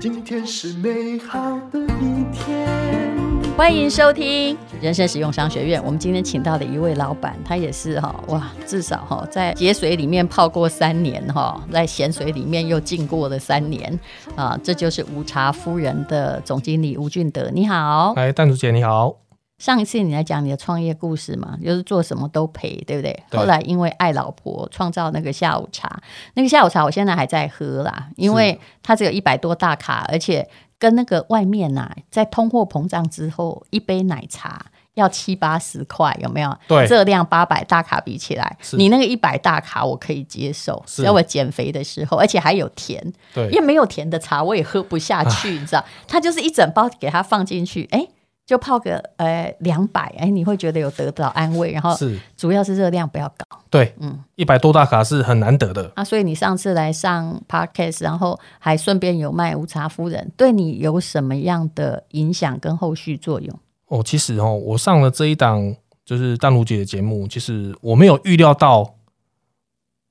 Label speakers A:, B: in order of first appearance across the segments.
A: 今天是美好的一天。
B: 欢迎收听人生实用商学院。我们今天请到的一位老板，他也是哈哇，至少哈在节水里面泡过三年哈，在咸水里面又浸过了三年啊，这就是吴茶夫人的总经理吴俊德。你好，
C: 哎，蛋主姐你好，
B: 上一次你来讲你的创业故事嘛，就是做什么都赔，对不对？
C: 对
B: 后来因为爱老婆，创造那个下午茶，那个下午茶我现在还在喝啦，因为它只有一百多大卡，而且跟那个外面呐、在通货膨胀之后，一杯奶茶要七八十块，有没有？
C: 对
B: 热量八百大卡比起来，
C: 是
B: 你那个一百大卡我可以接受，
C: 是
B: 在我减肥的时候，而且还有甜，因
C: 对啊
B: 为没有甜的茶我也喝不下去，你知道，它就是一整包给它放进去，哎，就泡个呃两百，哎，你会觉得有得到安慰，然后
C: 是，
B: 主要是热量不要高
C: 对，
B: 嗯
C: 嗯，一百多大卡是很难得的，
B: 啊。所以你上次来上 podcast，然后还顺便有卖无茶夫人，对你有什么样的影响跟后续作用？
C: 哦，其实哦，我上了这一档就是淡如姐的节目，其实我没有预料到，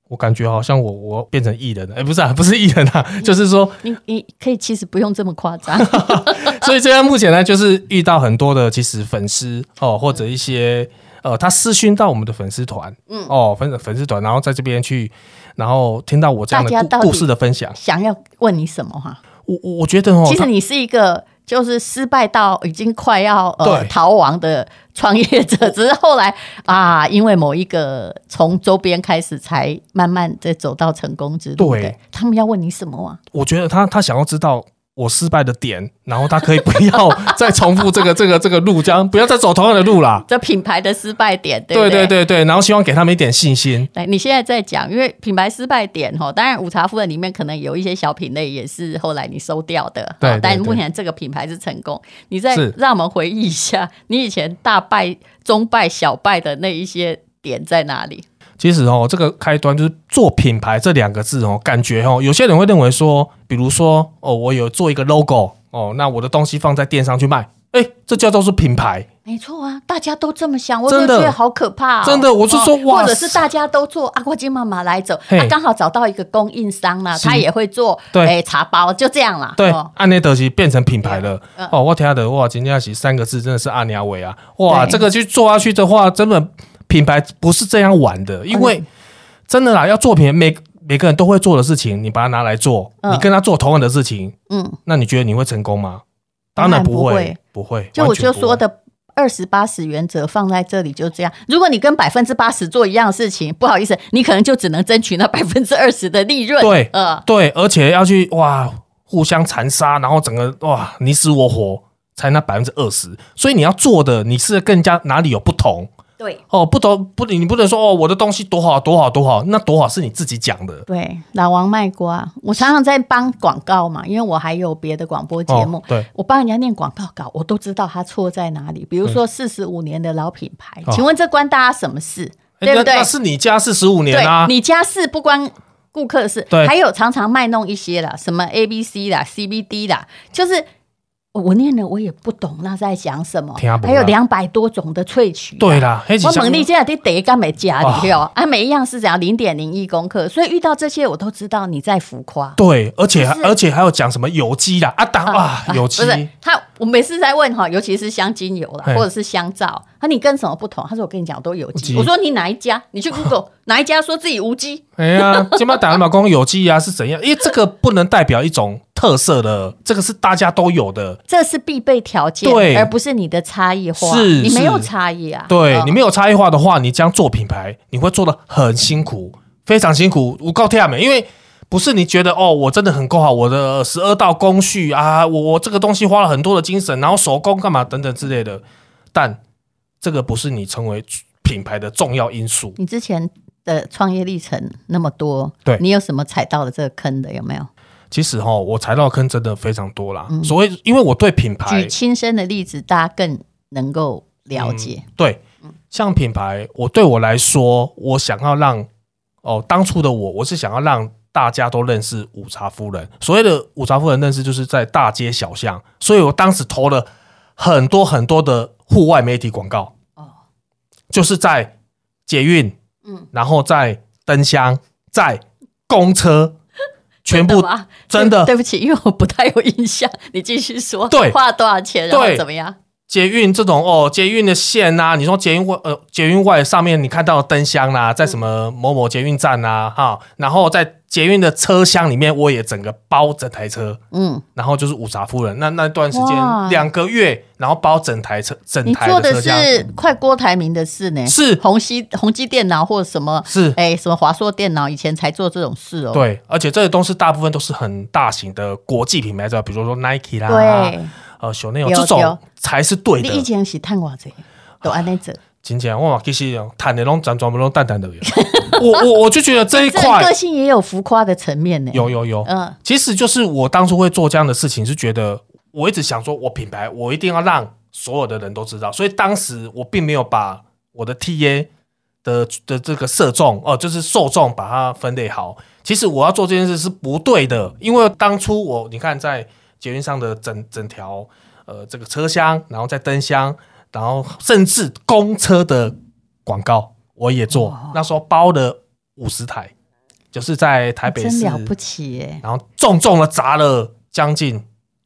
C: 我感觉好像我我变成艺人了，哎，不是啊，不 是艺人啊，
B: 嗯
C: 就是说，
B: 你你可以其实不用这么夸 张，
C: 所以现在目前呢，就是遇到很多的其实粉丝
B: 嗯
C: 哦，或者一些呃，他私讯到我们的粉丝团，嗯，哦，粉粉丝团，然后在这边去，然后听到我这样
B: 大家
C: 的
B: 到
C: 故
B: 底
C: 故事的分享，
B: 想要问你什么哈、
C: 我我我觉得哦，
B: 其实
C: 他
B: 你是一个就是失败到已经快要呃
C: 对
B: 逃亡的创业者，只是后来啊，因为某一个从周边开始，才慢慢的走到成功之路。
C: 对
B: 不他们要问你什么啊？
C: 我觉得他他想要知道我失败的点，然后他可以不要再重复这个这个这个路，这样不要再走同样的路啦。
B: 这品牌的失败点，对不
C: 对对对对，然后希望给他们一点信心。
B: 来，你现在在讲，因为品牌失败点哈，当然午茶夫人里面可能有一些小品类也是后来你收掉的，
C: 对
B: 哦
C: 对
B: 但
C: 对
B: 目前这个品牌是成功。你再
C: 是
B: 让我们回忆一下，你以前大败、中败、小败的那一些点在哪里？
C: 其实哦，这个开端就是做品牌这两个字哦，感觉哦，有些人会认为说，比如说哦，我有做一个 logo 哦，那我的东西放在电商去卖，哎，这叫做是品牌。
B: 没错啊，大家都这么想，我就
C: 真的
B: 觉得好可怕、哦。
C: 真的我是说哇
B: 或者是大家都啊做阿瓜金妈妈来走，
C: 嘿
B: 他刚好找到一个供应商啦，
C: 是
B: 他也会做
C: 对
B: 哎茶包，就这样啦。
C: 对啊
B: 哦，
C: 按内德西变成品牌了
B: 嗯。
C: 哦，我听的哇，今天起三个字真的是阿尼亚伟啊！哇，
B: 对
C: 这个去做下去的话，真的品牌不是这样玩
B: 嗯
C: 的，因为真的啦，要做品牌每每个人都会做的事情，你把它拿来做，
B: 嗯
C: 你跟他做同样的事情，
B: 嗯，
C: 那你觉得你会成功吗？当然不
B: 当
C: 会
B: 然，
C: 不会。
B: 就我
C: 完全
B: 就
C: 不会
B: 说，的。二十八十原则放在这里就这样。如果你跟百分之八十做一样的事情，不好意思，你可能就只能争取那百分之二十的利润。
C: 对
B: 呃，
C: 对，而且要去哇互相残杀，然后整个哇你死我活，才那百分之二十。所以你要做的，你是更加哪里有不同，
B: 对
C: 哦，不懂不，你不能说哦，我的东西多好多好多好，那多好是你自己讲的。
B: 对，老王卖瓜，我常常在帮广告嘛，因为我还有别的广播节目
C: 哦，，对，
B: 我帮人家念广告稿，我都知道他错在哪里。比如说四十五年的老品牌，
C: 嗯哦
B: 请问这关大家什么事？
C: 诶
B: 对不
C: 那
B: 对
C: 那是你家是十五年
B: 对
C: 啊，，
B: 你家事不关顾客事，
C: 对
B: 还有常常卖弄一些啦，什么 A B C 啦、C B D 啦，就是。我念了，我也不懂那在讲什么
C: 听不。懂
B: 还有两百多种的萃取、啊
C: 对，啦，黑
B: 我猛力这样得得干没加里哦，啊，每一样是怎样零点零一公克，所以遇到这些我都知道你在浮夸。
C: 对，而且
B: 就是
C: 而且还有讲什么有机啦，啊当啊有机
B: 不，是他，我每次在问哈，尤其是香精油啦，
C: 嘿
B: 或者是香皂，他你跟什么不同？他说我跟你讲，我都有机。
C: 无机
B: 我说你哪一家？你去 Google 哪一家说自己无机？
C: 哎呀，金马打马工有机啊是怎样？因为这个不能代表一种特色的，这个是大家都有的。
B: 这是必备条件，
C: 对
B: 而不是你的差异化。
C: 是
B: 你没有
C: 是
B: 差异啊。
C: 对
B: 嗯
C: 你没有差异化的话，你将做品牌，你会做的很辛苦，非常辛苦。我告天美，因为不是你觉得哦，我真的很够好，我的十二道工序啊，我我这个东西花了很多的精神，然后手工干嘛等等之类的，但这个不是你成为品牌的重要因素。
B: 你之前的创业历程那么多，
C: 对
B: 你有什么踩到了这个坑的？有没有？
C: 其实哈、哦，我踩到坑真的非常多啦。所谓，因为我对品牌
B: 举亲身的例子，大家更能够了解。
C: 嗯对，像品牌，我对我来说，我想要让哦，当初的我，我是想要让大家都认识五茶夫人。所谓的五茶夫人认识，就是在大街小巷，所以我当时投了很多很多的户外媒体广告，
B: 哦，
C: 就是在捷运，
B: 嗯
C: 然后在灯箱、在公车，全部
B: 真的吗
C: 真的
B: 啊对对不起，因为我不太有印象。你继续说，
C: 对
B: 花了多少钱，然
C: 对
B: 后怎么样？
C: 捷运这种哦，捷运的线呐、你说捷运外呃，捷运外上面你看到的灯箱啦、在什么某某捷运站呐、哈，然后在捷运的车厢里面，我也整个包整台车，
B: 嗯，
C: 然后就是五傻夫人那那段时
B: 哇
C: 间两个月，然后包整台车整
B: 你
C: 台
B: 做
C: 的
B: 的
C: 车厢
B: 是快郭台铭的事呢，
C: 是
B: 宏基宏基电脑或什么
C: 是
B: 哎什么华硕电脑以前才做这种事哦。
C: 对，啊而且这些东西大部分都是很大型的国际品牌，知道比如说 Nike 啦，
B: 对，
C: 呃，小内容
B: 对
C: 这
B: 对
C: 种才是对
B: 你以
C: 的。
B: 前是探我这都安内者，
C: 金姐，我嘛其实谈的拢辗转不拢淡淡的， 我我我就觉得这一
B: 这个
C: 块
B: 个性也有浮夸的层面呢。
C: 有有有，
B: 嗯，
C: 其实就是我当初会做这样的事情，是觉得我一直想说，我品牌我一定要让所有的人都知道，所以当时我并没有把我的 TA 的的这个受众哦、就是受众把它分类好。其实我要做这件事是不对的，因为当初我你看在捷运上的整整条呃这个车厢，然后在灯箱，然后甚至公车的广告我也做，那时候包了五十台，就是在台
B: 哦
C: 北
B: 真
C: 市
B: 了不起耶！
C: 然后重重的砸了将近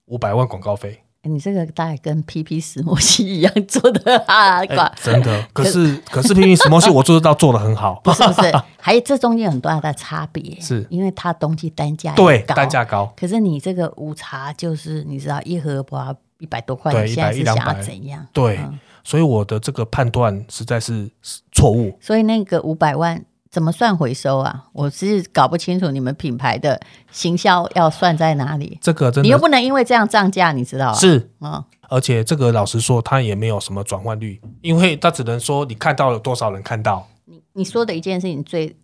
C: 五百万广告费，
B: 哎你这个大概跟 PP 石墨烯一样做的啊，
C: 哎
B: 管
C: 真的。可是可是，拼命石墨烯我做得到做的很好，
B: 不是不 是？还有这中间有很大的差别，
C: 是
B: 因为它东西单价也
C: 对，
B: 高
C: 单价高，
B: 可是你这个无茶就是你知道一盒不要一百多块，
C: 对
B: 你现在
C: 100
B: 是想要
C: 100
B: 怎样？
C: 对
B: 嗯，
C: 所以我的这个判断实在是错误。
B: 所以那个五百万怎么算回收啊？我是搞不清楚你们品牌的行销要算在哪里。
C: 这个真
B: 你又
C: 的
B: 不能因为这样涨价，你知道啊？
C: 是，
B: 嗯，
C: 而且这个老实说，它也没有什么转换率，因为它只能说你看到了多少人看到，
B: 你你说的一件事情最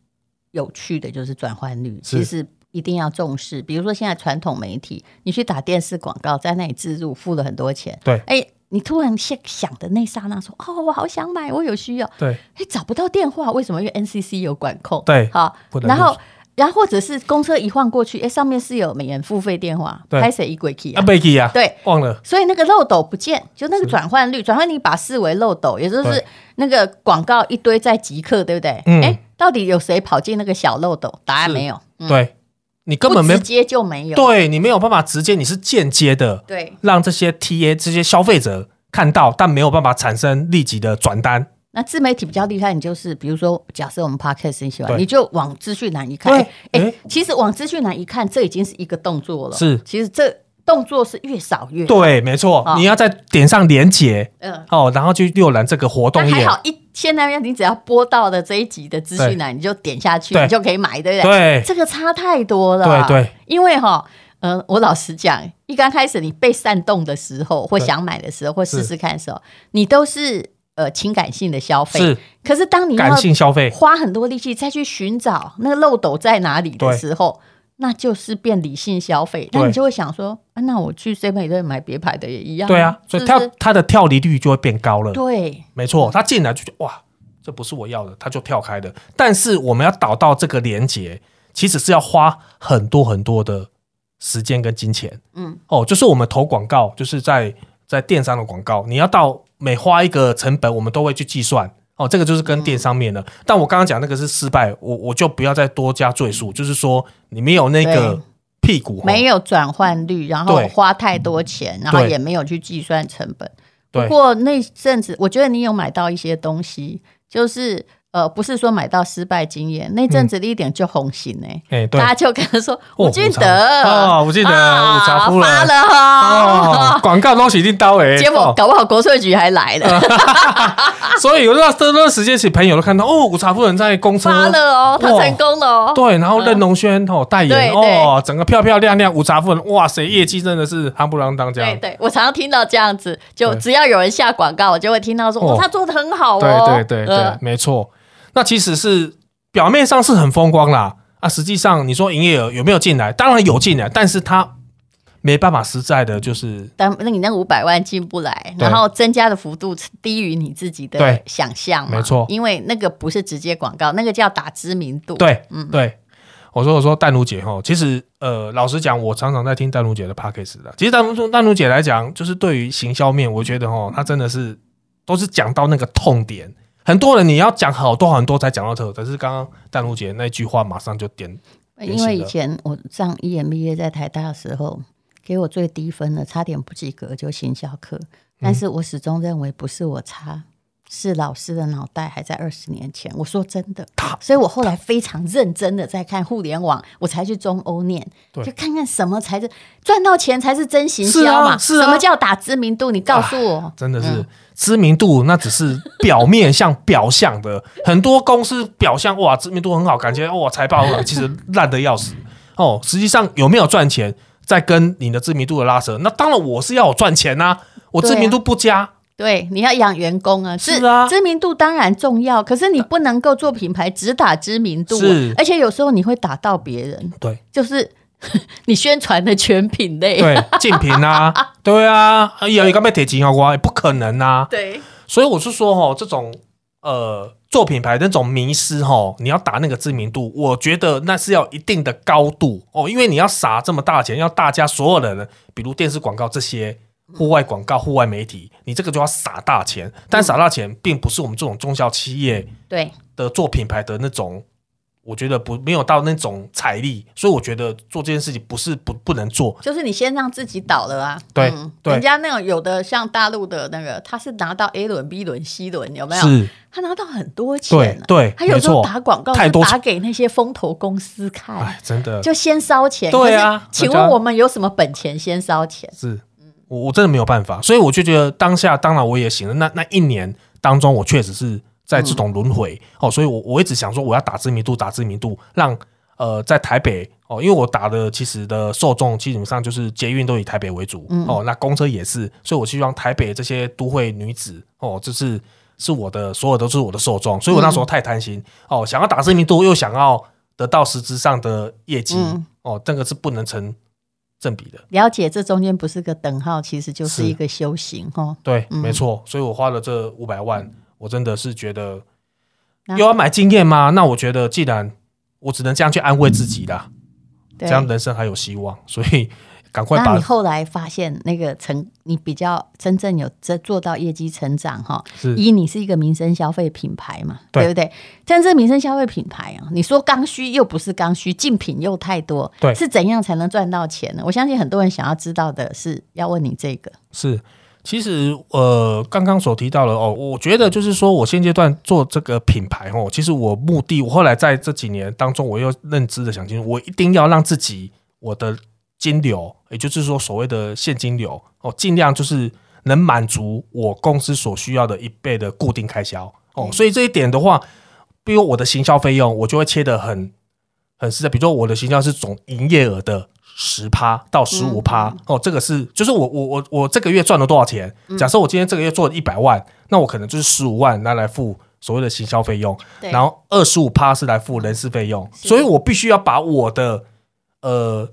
B: 有趣的就是转换率，
C: 是
B: 其实一定要重视。比如说现在传统媒体，你去打电视广告，在那里植入，付了很多钱，
C: 对
B: 哎，你突然现想的那刹那说，哦，我好想买，我有需要，
C: 对
B: 哎，找不到电话，为什么？因为 NCC 有管控，
C: 对
B: 好
C: 不，能
B: 然
C: 录
B: 后。然后或者是公车一晃过去，哎，上面是有美元付费电话，
C: 对
B: 拍谁一鬼去啊？
C: 啊贝 y 啊，
B: 对，
C: 忘了，
B: 所以那个漏斗不见，就那个转换率，转换率把视为漏斗，也就是
C: 对
B: 那个广告一堆在即刻，对不对？
C: 嗯
B: 哎，到底有谁跑进那个小漏斗？答案
C: 是
B: 没有，嗯
C: 对你根本
B: 不
C: 没
B: 直，接就没有。
C: 对你没有办法直接，你是间接的，
B: 对
C: 让这些 TA 这些消费者看到，但没有办法产生立即的转单。
B: 那自媒体比较厉害，你就是比如说，假设我们 podcast 你喜欢，
C: 对
B: 你就往资讯栏一看，
C: 对
B: 哎哎
C: 哎，
B: 其实往资讯栏一看，这已经是一个动作了。
C: 是
B: 其实这动作是越少越好，
C: 对，没错，
B: 哦
C: 你要再点上连结
B: 嗯。
C: 哦，然后去浏览这个活动
B: 但还
C: 页。
B: 好一，现在你只要播到的这一集的资讯栏，你就点下去，
C: 对
B: 你就可以买，对不对？
C: 对
B: 这个差太多了。
C: 对对，
B: 因为哈，呃，我老实讲，一刚开始你被煽动的时候，或
C: 对
B: 想买的时候，或试
C: 是
B: 试看的时候，你都是呃情感性的消费。
C: 是
B: 可是当你要
C: 感性消费，
B: 花很多力气再去寻找那个漏斗在哪里的
C: 对
B: 时候，那就是变理性消费。
C: 对
B: 那你就会想说，啊、那我去 C 美队买别牌的也一样啊。
C: 对啊，所以
B: 是
C: 跳
B: 不是
C: 它的跳离率就会变高了。
B: 对。
C: 没错，他进来就觉得哇，这不是我要的，他就跳开的。但是我们要导到这个连接，其实是要花很多很多的时间跟金钱。
B: 嗯，
C: 哦，就是我们投广告，就是在在电商的广告，你要到每花一个成本，我们都会去计算。哦，这个就是
B: 嗯
C: 跟电商面的。但我刚刚讲那个是失败，我我就不要再多加赘述，就是说你没有那
B: 嗯对
C: 个屁股，哦
B: 没有转换率，然后
C: 对
B: 花太多钱，然后
C: 对
B: 也没有去计算成本。不
C: 对
B: 过那阵子，我觉得你有买到一些东西，就是呃，不是说买到失败经验，那阵子一点就红心呢、
C: 哎，对
B: 大，家就跟他说
C: 哦
B: 吴俊德
C: 武茶哦吴俊德
B: 啊
C: 武茶夫人
B: 发了哈、
C: 哦，广告东西已经到啊位，
B: 结果
C: 哦
B: 搞不好国税局还来了，
C: 所以有那这段时间，其实朋友都看到哦，古茶夫人在公 车
B: 发了哦，他
C: 哇
B: 成功了哦。
C: 对，然后任龙轩哦代
B: 对
C: 言
B: 对
C: 哦，整个漂漂亮亮，古茶夫人哇塞，业绩真的是夯不啷当这
B: 对
C: 样。
B: 对，我常常听到这样子，就
C: 对
B: 只要有人下广告，我就会听到说，
C: 哦
B: 哦，他做的很好哦。
C: 对对对对
B: 嗯，
C: 没错。那其实是表面上是很风光啦，啊，实际上你说营业额有没有进来？当然有进来，但是它没办法实在的，就是
B: 但那你那五百万进不来，
C: 对
B: 然后增加的幅度低于你自己的
C: 对
B: 想象嘛，
C: 没错
B: 因为那个不是直接广告，那个叫打知名度。，
C: 对，对。我说我说淡如姐哈，其实呃，老实讲，我常常在听淡如姐的 p a c k a g e 的。其实淡如淡如姐来讲，就是对于行销面，我觉得哈，她真的是都是讲到那个痛点。很多人你要讲好多很多才讲到这个，但是刚刚淡如姐那句话马上就点典
B: 哎因
C: 型的
B: 为以前我上 E EMBA 在台大的时候，给我最低分的，差点不及格就行销课，
C: 嗯
B: 但是我始终认为不是我差。是老师的脑袋还在二十年前，我说真 的，所以我后来非常认真的在看互联网，我才去中欧念，
C: 对
B: 就看看什么才是赚到钱才是真行
C: 是
B: 销
C: 啊
B: 嘛，
C: 是啊
B: 什么叫打知名度？你告诉我，
C: 真的是知名度，那只是表面向表象的。很多公司表象哇，知名度很好，感觉哇财报很好，其实烂的要死哦。实际上有没有赚钱，在跟你的知名度的拉扯。那当然我是要有赚钱呐、我
B: 对啊
C: 知名度不佳，
B: 对，你要养员工啊，
C: 是啊
B: 知名度当然重要，可是你不能够做品牌只打知名度啊、
C: 是
B: 而且有时候你会打到别人，
C: 对
B: 就是 你宣传的全品类，
C: 对，竞品啊，对啊，哎呀，你刚被铁金啊，我不可能啊。
B: 对
C: 所以我是说，哦，这种呃做品牌的那种迷失，哦，你要打那个知名度，我觉得那是要一定的高度哦，因为你要撒这么大钱，要大家所有的人，比如电视广告这些。户外广告、户外媒体，你这个就要撒大钱，但撒大钱并不是我们这种中小企业
B: 对
C: 的做品牌的那种，我觉得不没有到那种财力，所以我觉得做这件事情不是不不能做，
B: 就是你先让自己倒了啊。
C: 对对
B: 人家那种有的像大陆的那个，他是拿到 A 轮、B 轮、C 轮，有没有？
C: 是
B: 他拿到很多钱、啊，
C: 对对
B: 他有时候
C: 没错
B: 打广告
C: 太
B: 是
C: 多
B: 打
C: 钱
B: 给那些风投公司看
C: 哎，，真的
B: 就先烧钱。
C: 对啊
B: 可是请
C: 人
B: 问
C: 家
B: 我们有什么本钱先烧钱？
C: 是，我我真的没有办法，所以我就觉得当下，当然我也行了。那那一年当中，我确实是在这种轮回、哦，所以我我一直想说，我要打知名度，打知名度，让呃在台北哦，因为我打的其实的受众基本上就是捷运都以台北为主、哦，那公车也是，所以我希望台北这些都会女子哦，就是。是我的，所有都是我的受众，所以我那时候太贪心、哦，想要打知名度，又想要得到实质上的业绩、
B: 嗯
C: 哦，这个是不能成正比的。
B: 了解这中间不是个等号，其实就是
C: 是
B: 一个修行哦。
C: 对，
B: 嗯
C: 没错，所以我花了这五百万，我真的是觉得
B: 那
C: 又要买经验吗？那我觉得，既然我只能这样去安慰自己啦，
B: 嗯对
C: 这，样人生还有希望，所以赶快
B: 那
C: 把
B: 你后来发现那个成，你比较真正有这做到业绩成长哈、
C: 是
B: 一你是一个民生消费品牌嘛，
C: 对
B: 对不对？但这民生消费品牌啊，你说刚需又不是刚需，竞品又太多，
C: 对
B: 是怎样才能赚到钱呢？我相信很多人想要知道的是，要问你这个，
C: 是。其实，呃，刚刚所提到了哦，我觉得就是说我现阶段做这个品牌哦，其实我目的，我后来在这几年当中，我又认知的想清楚，我一定要让自己我的金流，也就是说所谓的现金流哦，尽量就是能满足我公司所需要的一倍的固定开销哦。所以这一点的话，比如我的行销费用，我就会切得很很实在。比如说我的行销是总营业额的十趴到十五
B: 嗯
C: 趴哦，这个是就是我我我我这个月赚了多少钱？假设我今天这个月做了一百万，那我可能就是十五万拿来付。所谓的行销费用，
B: 对嗯
C: 然后二十五趴是来付人事费用，
B: 是
C: 所以我必须要把我的呃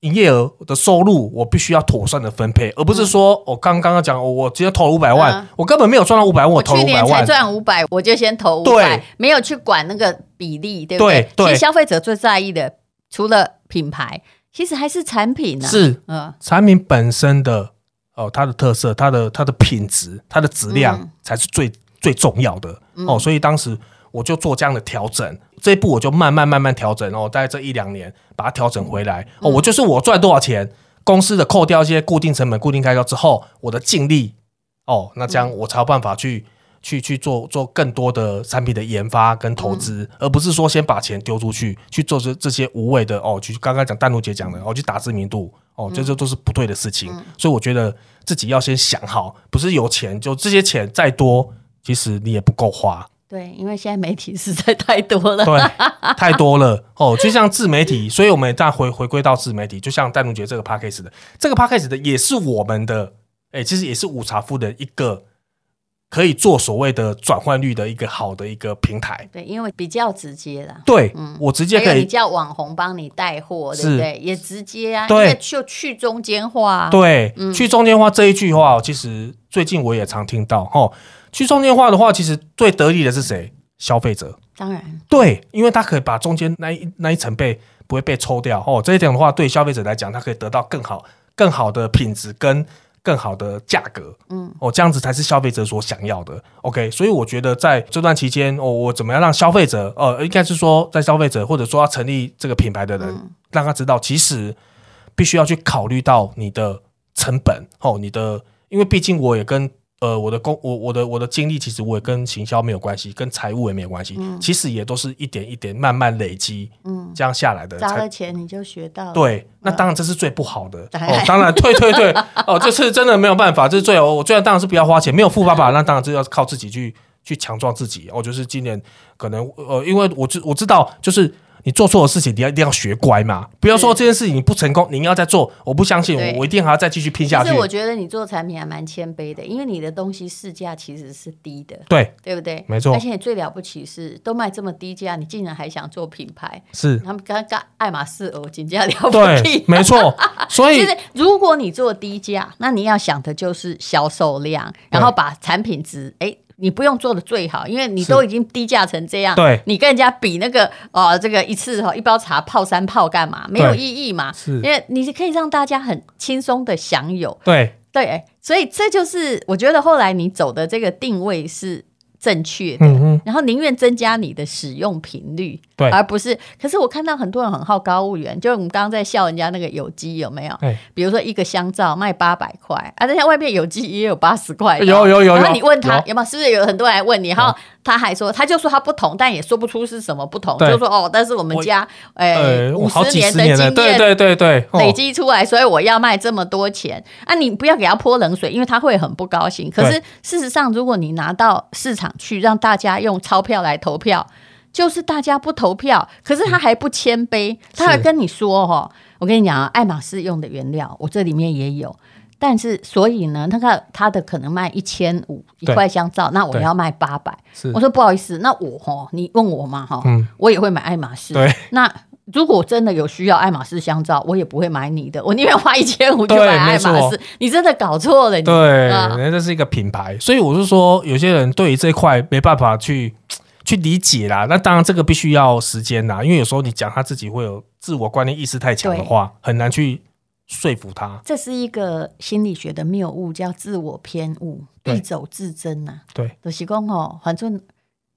C: 营业额的收入，我必须要妥善的分配，而不是说我刚刚刚讲，我我直接投了五百万，
B: 嗯
C: 我根本没有赚到五百万，投了
B: 去
C: 五百
B: 年才
C: 万，
B: 赚五百，我就先投五百
C: 对，
B: 没有去管那个比例，对不
C: 对对
B: 其实消费者最在意的，除了品牌，其实还是产品呢、啊。，
C: 是
B: 嗯，
C: 产品本身的哦，它的特色、它的它的品质、它的质量
B: 嗯
C: 才是最、最重要的哦。所以当时我就做这样的调整，这一步我就慢慢慢慢调整哦，在这一两年把它调整回来哦。我就是我赚多少钱，公司的扣掉一些固定成本、固定开销之后，我的净利哦，那这样我才有办法去。去去做做更多的产品的研发跟投资，而不是说先把钱丢出去去做这这些无谓的哦，去刚刚讲淡如姐讲的哦，去打知名度哦，这这都是不对的事情。所以我觉得自己要先想好，不是有钱就这些钱再多，其实你也不够花，
B: 对，因为现在媒体实在太多了。
C: 对，太多了哦。就像自媒体，所以我们再回回归到自媒体，就像淡如姐这个 p a c k a g e 的，这个 p a c k a g e 的也是我们的，哎、其实也是五茶夫的一个可以做所谓的转换率的一个好的一个平台。
B: 对，因为比较直接啦。
C: 对，我直
B: 嗯
C: 接
B: 还
C: 可
B: 有你
C: 以。
B: 叫网红帮你带货，对不
C: 是
B: 对？也直接啊，因
C: 对
B: 为就去中间化、啊。，
C: 对，去中间化这一句话，其实最近我也常听到哦。去中间化的话，其实最得利的是谁？消费者。
B: 当然，
C: 对，因为它可以把中间那一那一层被不会被抽掉哦。这一点的话，对消费者来讲，他可以得到更好、更好的品质跟更好的价格，
B: 嗯
C: 嗯，哦，这样子才是消费者所想要的。OK，所以我觉得在这段期间，哦，我怎么样让消费者，呃，应该是说在消费者或者说要成立这个品牌的人，让他知道，其实必须要去考虑到你的成本，哦，你的，因为毕竟我也跟。呃，我的工，我我的我的经历，其实我也跟行销没有关系，跟财务也没有关系，其实也都是一点一点慢慢累积，
B: 嗯，
C: 这样下来的
B: 砸
C: 才
B: 了钱你就学到了，
C: 对，那当然这是最不好的、
B: 嗯当然
C: 哦。当然，对对对，哦，这是真的没有办法，这是最哦我最当然是不要花钱，没有富爸爸，那当然就要靠自己去去强壮自己。哦，就是今年可能呃，因为我知我知道，就是你做错的事情，你要一定要学乖嘛，不要说这件事情你不成功，你要再做，我不相信，
B: 对
C: 我我一定还要再继续拼下
B: 其
C: 去
B: 实。我觉得你做产品还蛮谦卑的，因为你的东西市价其实是低的，
C: 对，
B: 对不对？
C: 没错
B: 而且最了不起是，都卖这么低价，你竟然还想做品牌？
C: 是，
B: 他们刚刚爱马仕哦，紧接了不
C: 对
B: 起，。
C: 没错。所以
B: 其实，如果你做低价，那你要想的就是销售量，然后把产品值，哎，你不用做的最好，因为你都已经低价成这样，
C: 对
B: 你跟人家比那个呃，这个一次哈一包茶泡三泡干嘛？没有意义嘛，
C: 是
B: 因为你是可以让大家很轻松的享有，
C: 对，
B: 对，哎所以这就是我觉得后来你走的这个定位是正确的。
C: 嗯嗯，
B: 然后宁愿增加你的使用频率，
C: 对
B: 而不是。可是我看到很多人很好高骛远，就是我们刚刚在笑人家那个有机有没有？
C: 哎，
B: 比如说一个香皂卖八百块啊，人家外面有机也有八十块的，哦
C: 有有有
B: 然后
C: 有
B: 你问他
C: 有
B: 有没有，是不是有很多人来问你？然后他还说，他就说他不同，但也说不出是什么不同，
C: 对
B: 就说哦，但是我们
C: 我
B: 家
C: 呃，
B: 呃
C: 我
B: 五
C: 好
B: 十
C: 几
B: 年
C: 十
B: 的
C: 年了，
B: 经
C: 对
B: 验
C: 对对对，哦
B: 累积出来，所以我要卖这么多钱。啊，你不要给他泼冷水，因为他会很不高兴。可是事实上，如果你拿到市场去，让大家用钞票来投票，就是大家不投票，可是他还不谦卑，他还跟你说：“哦，我跟你讲啊，爱马仕用的原料，我这里面也有。”但是，所以呢，那个他的可能卖一千五一
C: 对
B: 块香皂，那我
C: 对
B: 要卖八百。
C: 是
B: 我说不好意思，那我哈，你问我嘛哈，
C: 嗯
B: 我也会买爱马仕。
C: 对，
B: 那如果真的有需要爱马仕香皂，我也不会买你的，我宁愿花一千五去
C: 对
B: 买爱
C: 没错
B: 马仕。你真的搞错了，你
C: 对，
B: 啊
C: 那这是一个品牌，所以我是说，有些人对于这块没办法去去理解啦。那当然，这个必须要时间啦，因为有时候你讲他自己会有自我观念意识太强的话，很难去说服他。
B: 这是一个心理学的谬误，叫自我偏误，
C: 对
B: 必走自啊珍呐、
C: 对，
B: 就是讲哦，反正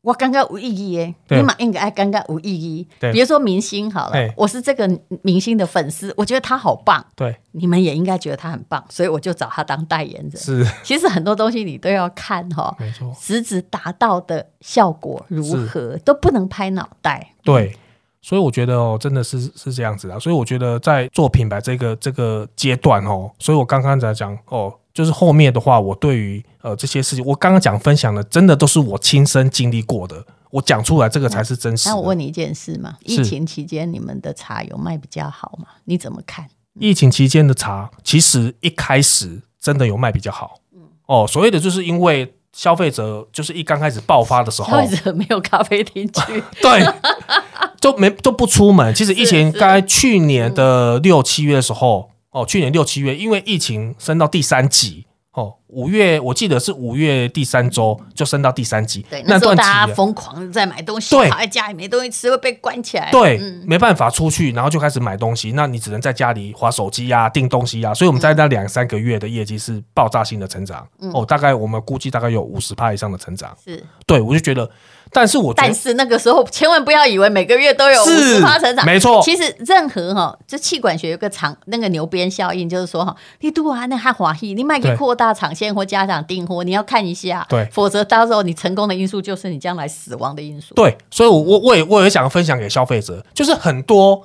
B: 我感觉无意义诶，
C: 对
B: 你嘛应该感觉无意义。
C: 对
B: 比如说明星好了
C: 对，
B: 我是这个明星的粉丝，我觉得他好棒，
C: 对，
B: 你们也应该觉得他很棒，所以我就找他当代言人。
C: 是
B: 其实很多东西你都要看哈、哦，
C: 没错，
B: 实质达到的效果如何，都不能拍脑袋。
C: 对。嗯所以我觉得哦，真的是是这样子啊。所以我觉得在做品牌这个这个阶段哦，所以我刚刚才讲哦，就是后面的话，我对于呃这些事情，我刚刚讲分享的，真的都是我亲身经历过的，我讲出来这个才是真实的。
B: 那我问你一件事嘛，
C: 是
B: 疫情期间你们的茶有卖比较好吗？你怎么看？
C: 疫情期间的茶，其实一开始真的有卖比较好。
B: 嗯
C: 哦，所谓的就是因为消费者就是一刚开始爆发的
B: 消
C: 时候
B: 费，者没有咖啡厅去，
C: 对，都没都不出门。其实疫情
B: 是嗯
C: 该去年的六七月的时候，哦，去年六七月，因为疫情升到第三级。哦，五月我记得是五月第三周就升到第三级，
B: 对，那
C: 那
B: 时候
C: 段期
B: 大
C: 间
B: 家疯狂在买东西，
C: 对
B: 跑在家里没东西吃会被关起来。
C: 对，
B: 嗯
C: 没办法出去，然后就开始买东西，那你只能在家里划手机呀、啊订东西呀、所以我们在那两三个月的业绩是爆炸性的成长，哦，大概我们估计大概有五十趴以上的成长。
B: 是，
C: 对我就觉得，但是我觉
B: 但
C: 得
B: 是那个时候千万不要以为每个月都有五十趴成长，
C: 没错，
B: 其实任何哈、就气管学有个长那个牛鞭效应，就是说哈、你度啊那还华裔，你卖给
C: 对
B: 扩大产线或家长订货，你要看一下，
C: 对
B: 否则到时候你成功的因素就是你将来死亡的因素。
C: 对，所以我我我也我也想分享给消费者，就是很多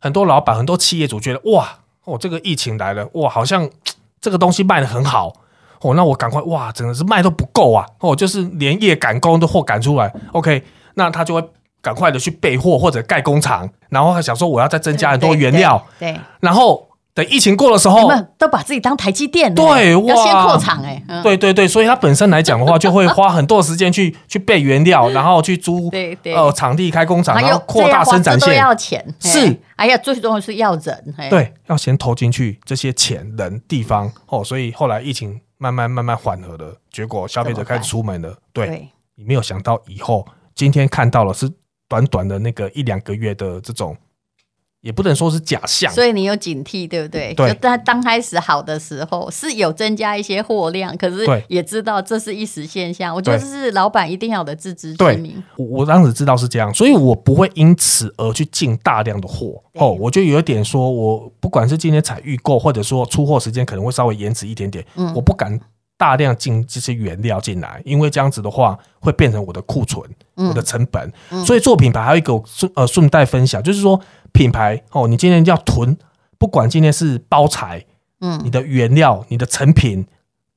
C: 很多老板、很多企业主觉得哇，哦，这个疫情来了，哇，好像嘖这个东西卖的很好，哦，那我赶快哇，真的是卖都不够啊，哦，就是连夜赶工的货赶出来，OK，那他就会赶快的去备货或者盖工厂，然后还想说我要再增加很多原料，
B: 对，对，
C: 然后等疫情过的时
B: 对你
C: 候。
B: 们都把自己当台积电了，
C: 对
B: 要先
C: 哇
B: 扩厂哎，嗯
C: 对对对，所以他本身来讲的话，就会花很多时间去去备原料，然后去租
B: 对对，
C: 呃场地开工厂，
B: 还
C: 然
B: 有
C: 后扩大生产
B: 这
C: 线
B: 样花这都。要钱，嘿
C: 是，
B: 哎呀，最重要是要人，哎嘿，
C: 对，要先投进去这些钱、人、地方哦，所以后来疫情慢慢慢慢缓和了，结果消费
B: 怎
C: 者
B: 么
C: 开
B: 办
C: 始出门了。对，
B: 对，
C: 你没有想到以后今天看到了是短短的那个一两个月的这种也不能说是假象，
B: 所以你有警惕，对不对？
C: 嗯对
B: 就在当开始好的时候是有增加一些货量，可是
C: 对
B: 也知道这是一时现象。我觉得这
C: 对
B: 是老板一定要有的自知之
C: 对
B: 明。
C: 我我当时知道是这样，所以我不会因此而去进大量的货
B: 对
C: 哦，我就有一点说，我不管是今天采预购，或者说出货时间可能会稍微延迟一点点，
B: 嗯
C: 我不敢大量进这些原料进来，因为这样子的话会变成我的库存、
B: 嗯
C: 我的成本。所以做品牌还有一个我顺呃顺带分享，就是说品牌哦，你今天要囤，不管今天是包材、
B: 嗯
C: 你的原料、你的成品，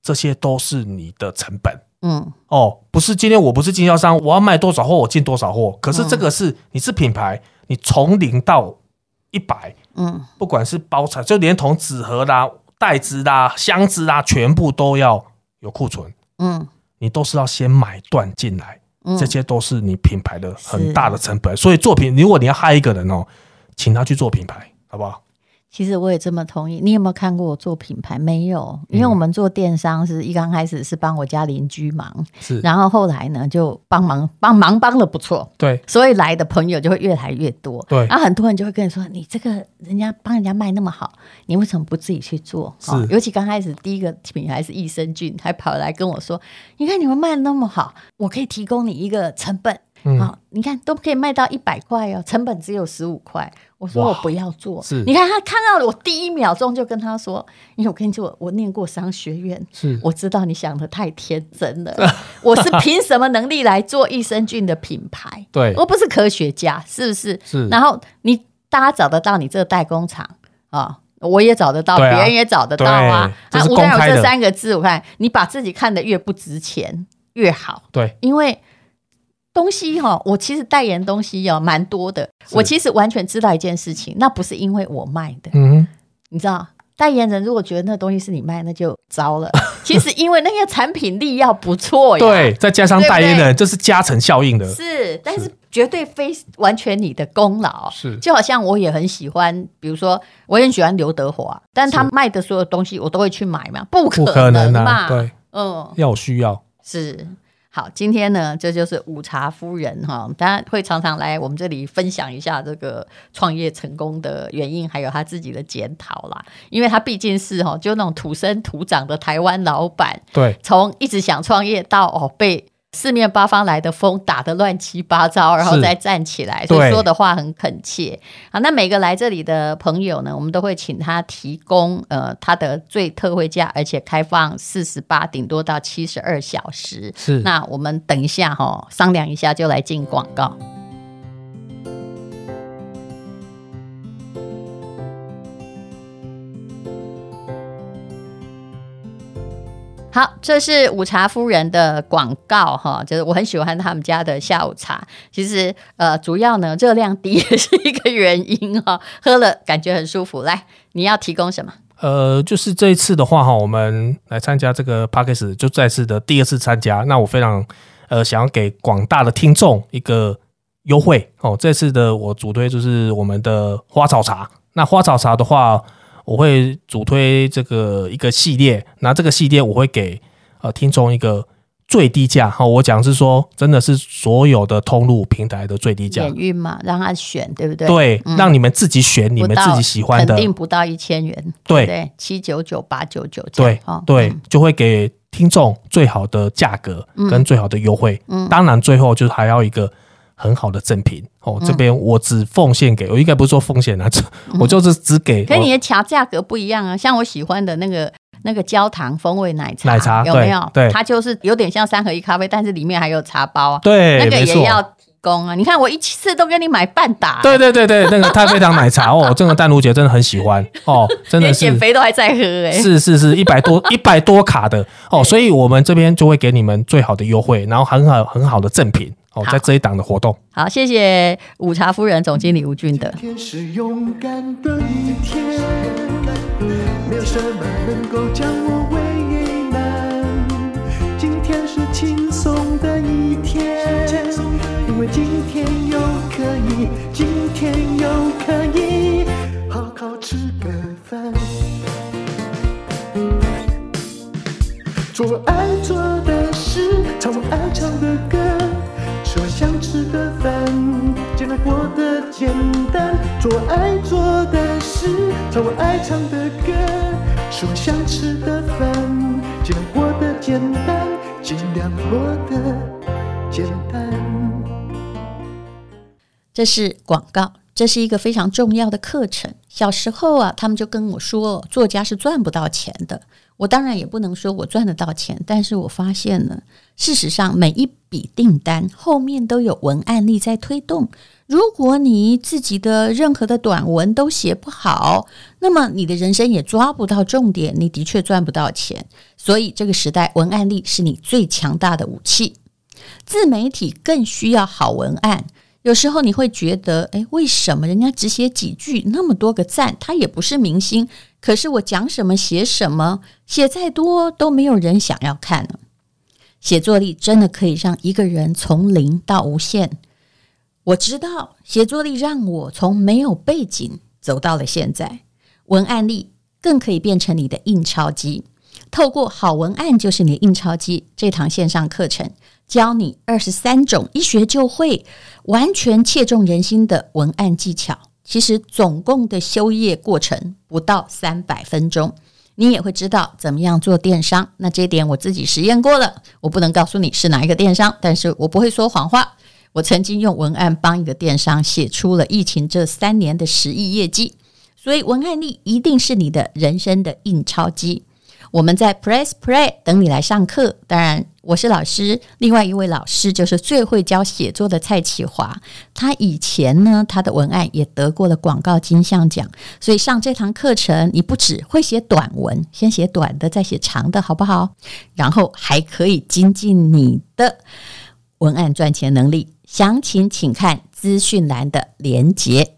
C: 这些都是你的成本。
B: 嗯，
C: 哦，不是今天我不是经销商，我要卖多少货我进多少货。可是这个是、你是品牌，你从零到一百，
B: 嗯，
C: 不管是包材，就连同纸盒啦、袋子啦、箱子啦，全部都要有库存，
B: 嗯
C: 你都是要先买断进来，
B: 嗯
C: 这些都是你品牌的
B: 是
C: 很大的成本。所以作品，如果你要害一个人哦，请他去做品牌，好不好？
B: 其实我也这么同意。你有没有看过我做品牌？没有，
C: 嗯
B: 因为我们做电商是一刚开始是帮我家邻居忙，
C: 是
B: 然后后来呢就帮忙帮忙帮的不错。
C: 对
B: 所以来的朋友就会越来越多，
C: 对
B: 然后很多人就会跟你说：“你这个人家帮人家卖那么好，你为什么不自己去做？”哦
C: 是
B: 尤其刚开始第一个品牌是益生菌，还跑来跟我说：“你看你们卖的那么好，我可以提供你一个成本，
C: 嗯
B: 好、你看都可以卖到一百块哦，成本只有十五块。”我说
C: 哇
B: 我不要做，
C: 是
B: 你看他看到我第一秒钟就跟他说，因为我跟你说我我念过商学院，
C: 是
B: 我知道你想的太天真了，我是凭什么能力来做益生菌的品牌？
C: 对
B: 我不是科学家，是不是？
C: 是
B: 然后你大家找得到你这个代工厂啊、我也找得到，
C: 对
B: 别
C: 啊
B: 人也找得到啊。
C: 对
B: 啊，
C: 这是
B: 吴
C: 公
B: 丹有
C: 开
B: 这
C: 的
B: 三个字，我看你把自己看得越不值钱越好，
C: 对
B: 因为东西哈、我其实代言东西哦蛮多的，我其实完全知道一件事情，那不是因为我卖的，
C: 嗯
B: 你知道。代言人如果觉得那东西是你卖，那就糟 了。其实因为那个产品力要不错呀，
C: 对，再加上
B: 对不
C: 代言
B: 对
C: 人，这是加成效应的，
B: 呃是，但是
C: 是
B: 绝对非完全你的功劳。
C: 是
B: 就好像我也很喜欢，比如说我也很喜欢刘德华，但他卖的所有东西我都会去买嘛，不
C: 不
B: 可能嘛，
C: 啊，对，
B: 嗯，
C: 要有需要。
B: 是。好，今天呢，这就是午茶夫人哈，当然会常常来我们这里分享一下这个创业成功的原因，还有她自己的检讨啦。因为她毕竟是哈，就那种土生土长的台湾老板，
C: 对，
B: 从一直想创业到哦被四面八方来的风打得乱七八糟，然后
C: 是
B: 再站起来，所以
C: 对
B: 说的话很恳切。好，那每个来这里的朋友呢，我们都会请他提供呃他的最特惠价，而且开放四十八，顶多到七十二小时。
C: 是
B: 那我们等一下哈、商量一下就来进广告。好，这是午茶夫人的广告哈，就是我很喜欢他们家的下午茶。其实呃，主要呢热量低 也是一个原因哈，喝了感觉很舒服。来，你要提供什么？
C: 呃，就是这一次的话哈，我们来参加这个 p a c k a g e 就再次的第二次参加。那我非常呃想要给广大的听众一个优惠哦。这次的我主推就是我们的花草茶。那花草茶的话，我会主推这个一个系列。那这个系列我会给呃听众一个最低价哈、哦。我讲是说，真的是所有的通路平台的最低价
B: 免。运嘛，让他选，对不对？
C: 对，
B: 嗯
C: 让你们自己选你
B: 不
C: 们
B: 到
C: 自己喜欢
B: 肯
C: 的，
B: 定不到一千元，
C: 对
B: 对，七九九八九九，
C: 哎对
B: 哦，
C: 对，就会给听众最好的价格跟最好的优惠。
B: 嗯
C: 当然最后就是还要一个很好的赠品哦。
B: 嗯
C: 这边我只奉献给，我应该不是说奉献啊，这我就是只给
B: 可是嗯你
C: 哦
B: 的茶价格不一样啊，像我喜欢的那个那个焦糖风味奶茶，
C: 奶茶
B: 有没有？
C: 对对
B: 它就是有点像三合一咖啡，但是里面还有茶包啊，
C: 对，
B: 那个
C: 没
B: 也
C: 错。
B: 要提供啊。你看我一次都给你买半打，
C: 对对对对，那个太妃糖奶茶哦，这个淡如姐真的很喜欢 哦，真的
B: 连
C: 是
B: 减肥都还在喝哎、
C: 是是是，一百 多一百多卡的哦，所以我们这边就会给你们最好的优惠，然后很好很好的赠品哦，
B: 好
C: 在这一档的活动。
B: 好，谢谢午茶夫人总经理吴俊德
A: 今。天是勇敢的一天，没有什么能够将我为难。今天是轻松的一天，因为今天又可以，今天又可以好好吃个饭，做我爱做的事，唱我爱唱的歌，吃我想吃的饭，尽量活得简单，做我爱做的事，唱我爱唱的歌，吃我想吃的饭，尽量活得简单，尽量活得简单。
B: 这是广告，这是一个非常重要的课程。小时候啊，他们就跟我说，作家是赚不到钱的。我当然也不能说我赚得到钱，但是我发现呢，事实上每一笔订单后面都有文案力在推动。如果你自己的任何的短文都写不好，那么你的人生也抓不到重点，你的确赚不到钱。所以这个时代，文案力是你最强大的武器。自媒体更需要好文案。有时候你会觉得，哎，为什么人家只写几句，那么多个赞，他也不是明星，可是我讲什么写什么，写再多都没有人想要看呢？写作力真的可以让一个人从零到无限。我知道写作力让我从没有背景走到了现在，文案力更可以变成你的印钞机。透过好文案就是你的印钞机这堂线上课程，教你二十三种一学就会、完全切中人心的文案技巧。其实总共的修业过程不到三百分钟，你也会知道怎么样做电商。那这一点我自己实验过了，我不能告诉你是哪一个电商，但是我不会说谎话。我曾经用文案帮一个电商写出了疫情这三年的十亿业绩，所以文案力一定是你的人生的印钞机。我们在 Press Play 等你来上课。当然，我是老师，另外一位老师就是最会教写作的蔡启华。他以前呢，他的文案也得过了广告金像奖。所以上这堂课程，你不只会写短文，先写短的，再写长的，好不好？然后还可以精进你的文案赚钱能力。详情请看资讯栏的连结。